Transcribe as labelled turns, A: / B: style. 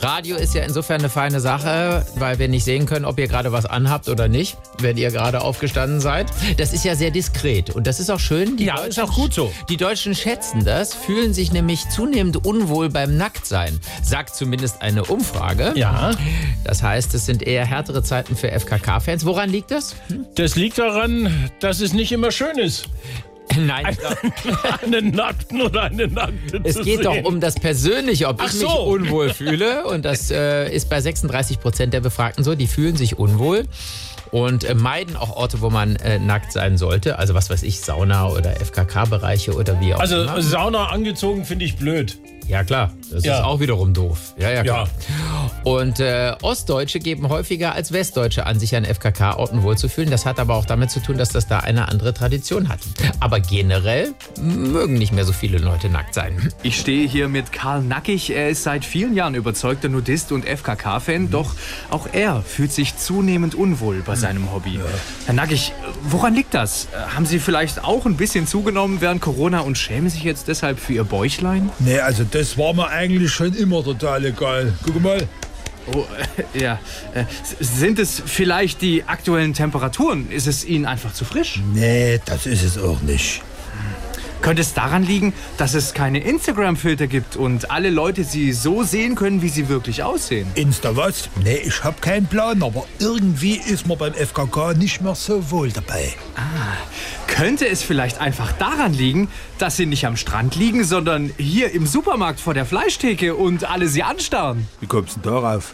A: Radio ist ja insofern eine feine Sache, weil wir nicht sehen können, ob ihr gerade was anhabt oder nicht, wenn ihr gerade aufgestanden seid. Das ist ja sehr diskret und das ist auch schön. Die
B: Ja, ist auch gut so.
A: Die Deutschen schätzen das, fühlen sich nämlich zunehmend unwohl beim Nacktsein, sagt zumindest eine Umfrage.
B: Ja.
A: Das heißt, es sind eher härtere Zeiten für FKK-Fans. Woran liegt das?
B: Das liegt daran, dass es nicht immer schön ist,
A: Nein, ich glaub-
B: einen Nackten oder eine Nackte
A: Es
B: zu
A: geht
B: sehen.
A: doch um das Persönliche, ob
B: Ach
A: ich mich
B: so.
A: unwohl fühle. Und das äh, ist bei 36 Prozent der Befragten so. Die fühlen sich unwohl und äh, meiden auch Orte, wo man äh, nackt sein sollte. Also was weiß ich, Sauna oder FKK-Bereiche oder wie auch
B: Also
A: immer.
B: Sauna angezogen finde ich blöd.
A: Ja klar, das
B: Ja.
A: ist auch wiederum doof. Ja, ja,
B: Ja.
A: klar. Und äh, Ostdeutsche geben häufiger als Westdeutsche an, sich an FKK-Orten wohlzufühlen. Das hat aber auch damit zu tun, dass das da eine andere Tradition hat. Aber generell mögen nicht mehr so viele Leute nackt sein.
C: Ich stehe hier mit Karl Nackig. Er ist seit vielen Jahren überzeugter Nudist und FKK-Fan, doch auch er fühlt sich zunehmend unwohl bei seinem Hobby. Herr Nackig, woran liegt das? Äh, Haben Sie vielleicht auch ein bisschen zugenommen während Corona und schämen sich jetzt deshalb für Ihr Bäuchlein?
D: Nee, also das war mir eigentlich schon immer total egal. Guck mal.
C: Oh, äh, ja. Äh, s- Sind es vielleicht die aktuellen Temperaturen? Ist es Ihnen einfach zu frisch?
D: Nee, das ist es auch nicht.
C: Könnte es daran liegen, dass es keine Instagram-Filter gibt und alle Leute sie so sehen können, wie sie wirklich aussehen?
D: Insta was? Nee, ich hab keinen Plan, aber irgendwie ist mir beim FKK nicht mehr so wohl dabei.
C: Ah, Könnte es vielleicht einfach daran liegen, dass sie nicht am Strand liegen, sondern hier im Supermarkt vor der Fleischtheke und alle sie anstarren?
D: Wie kommst du denn darauf?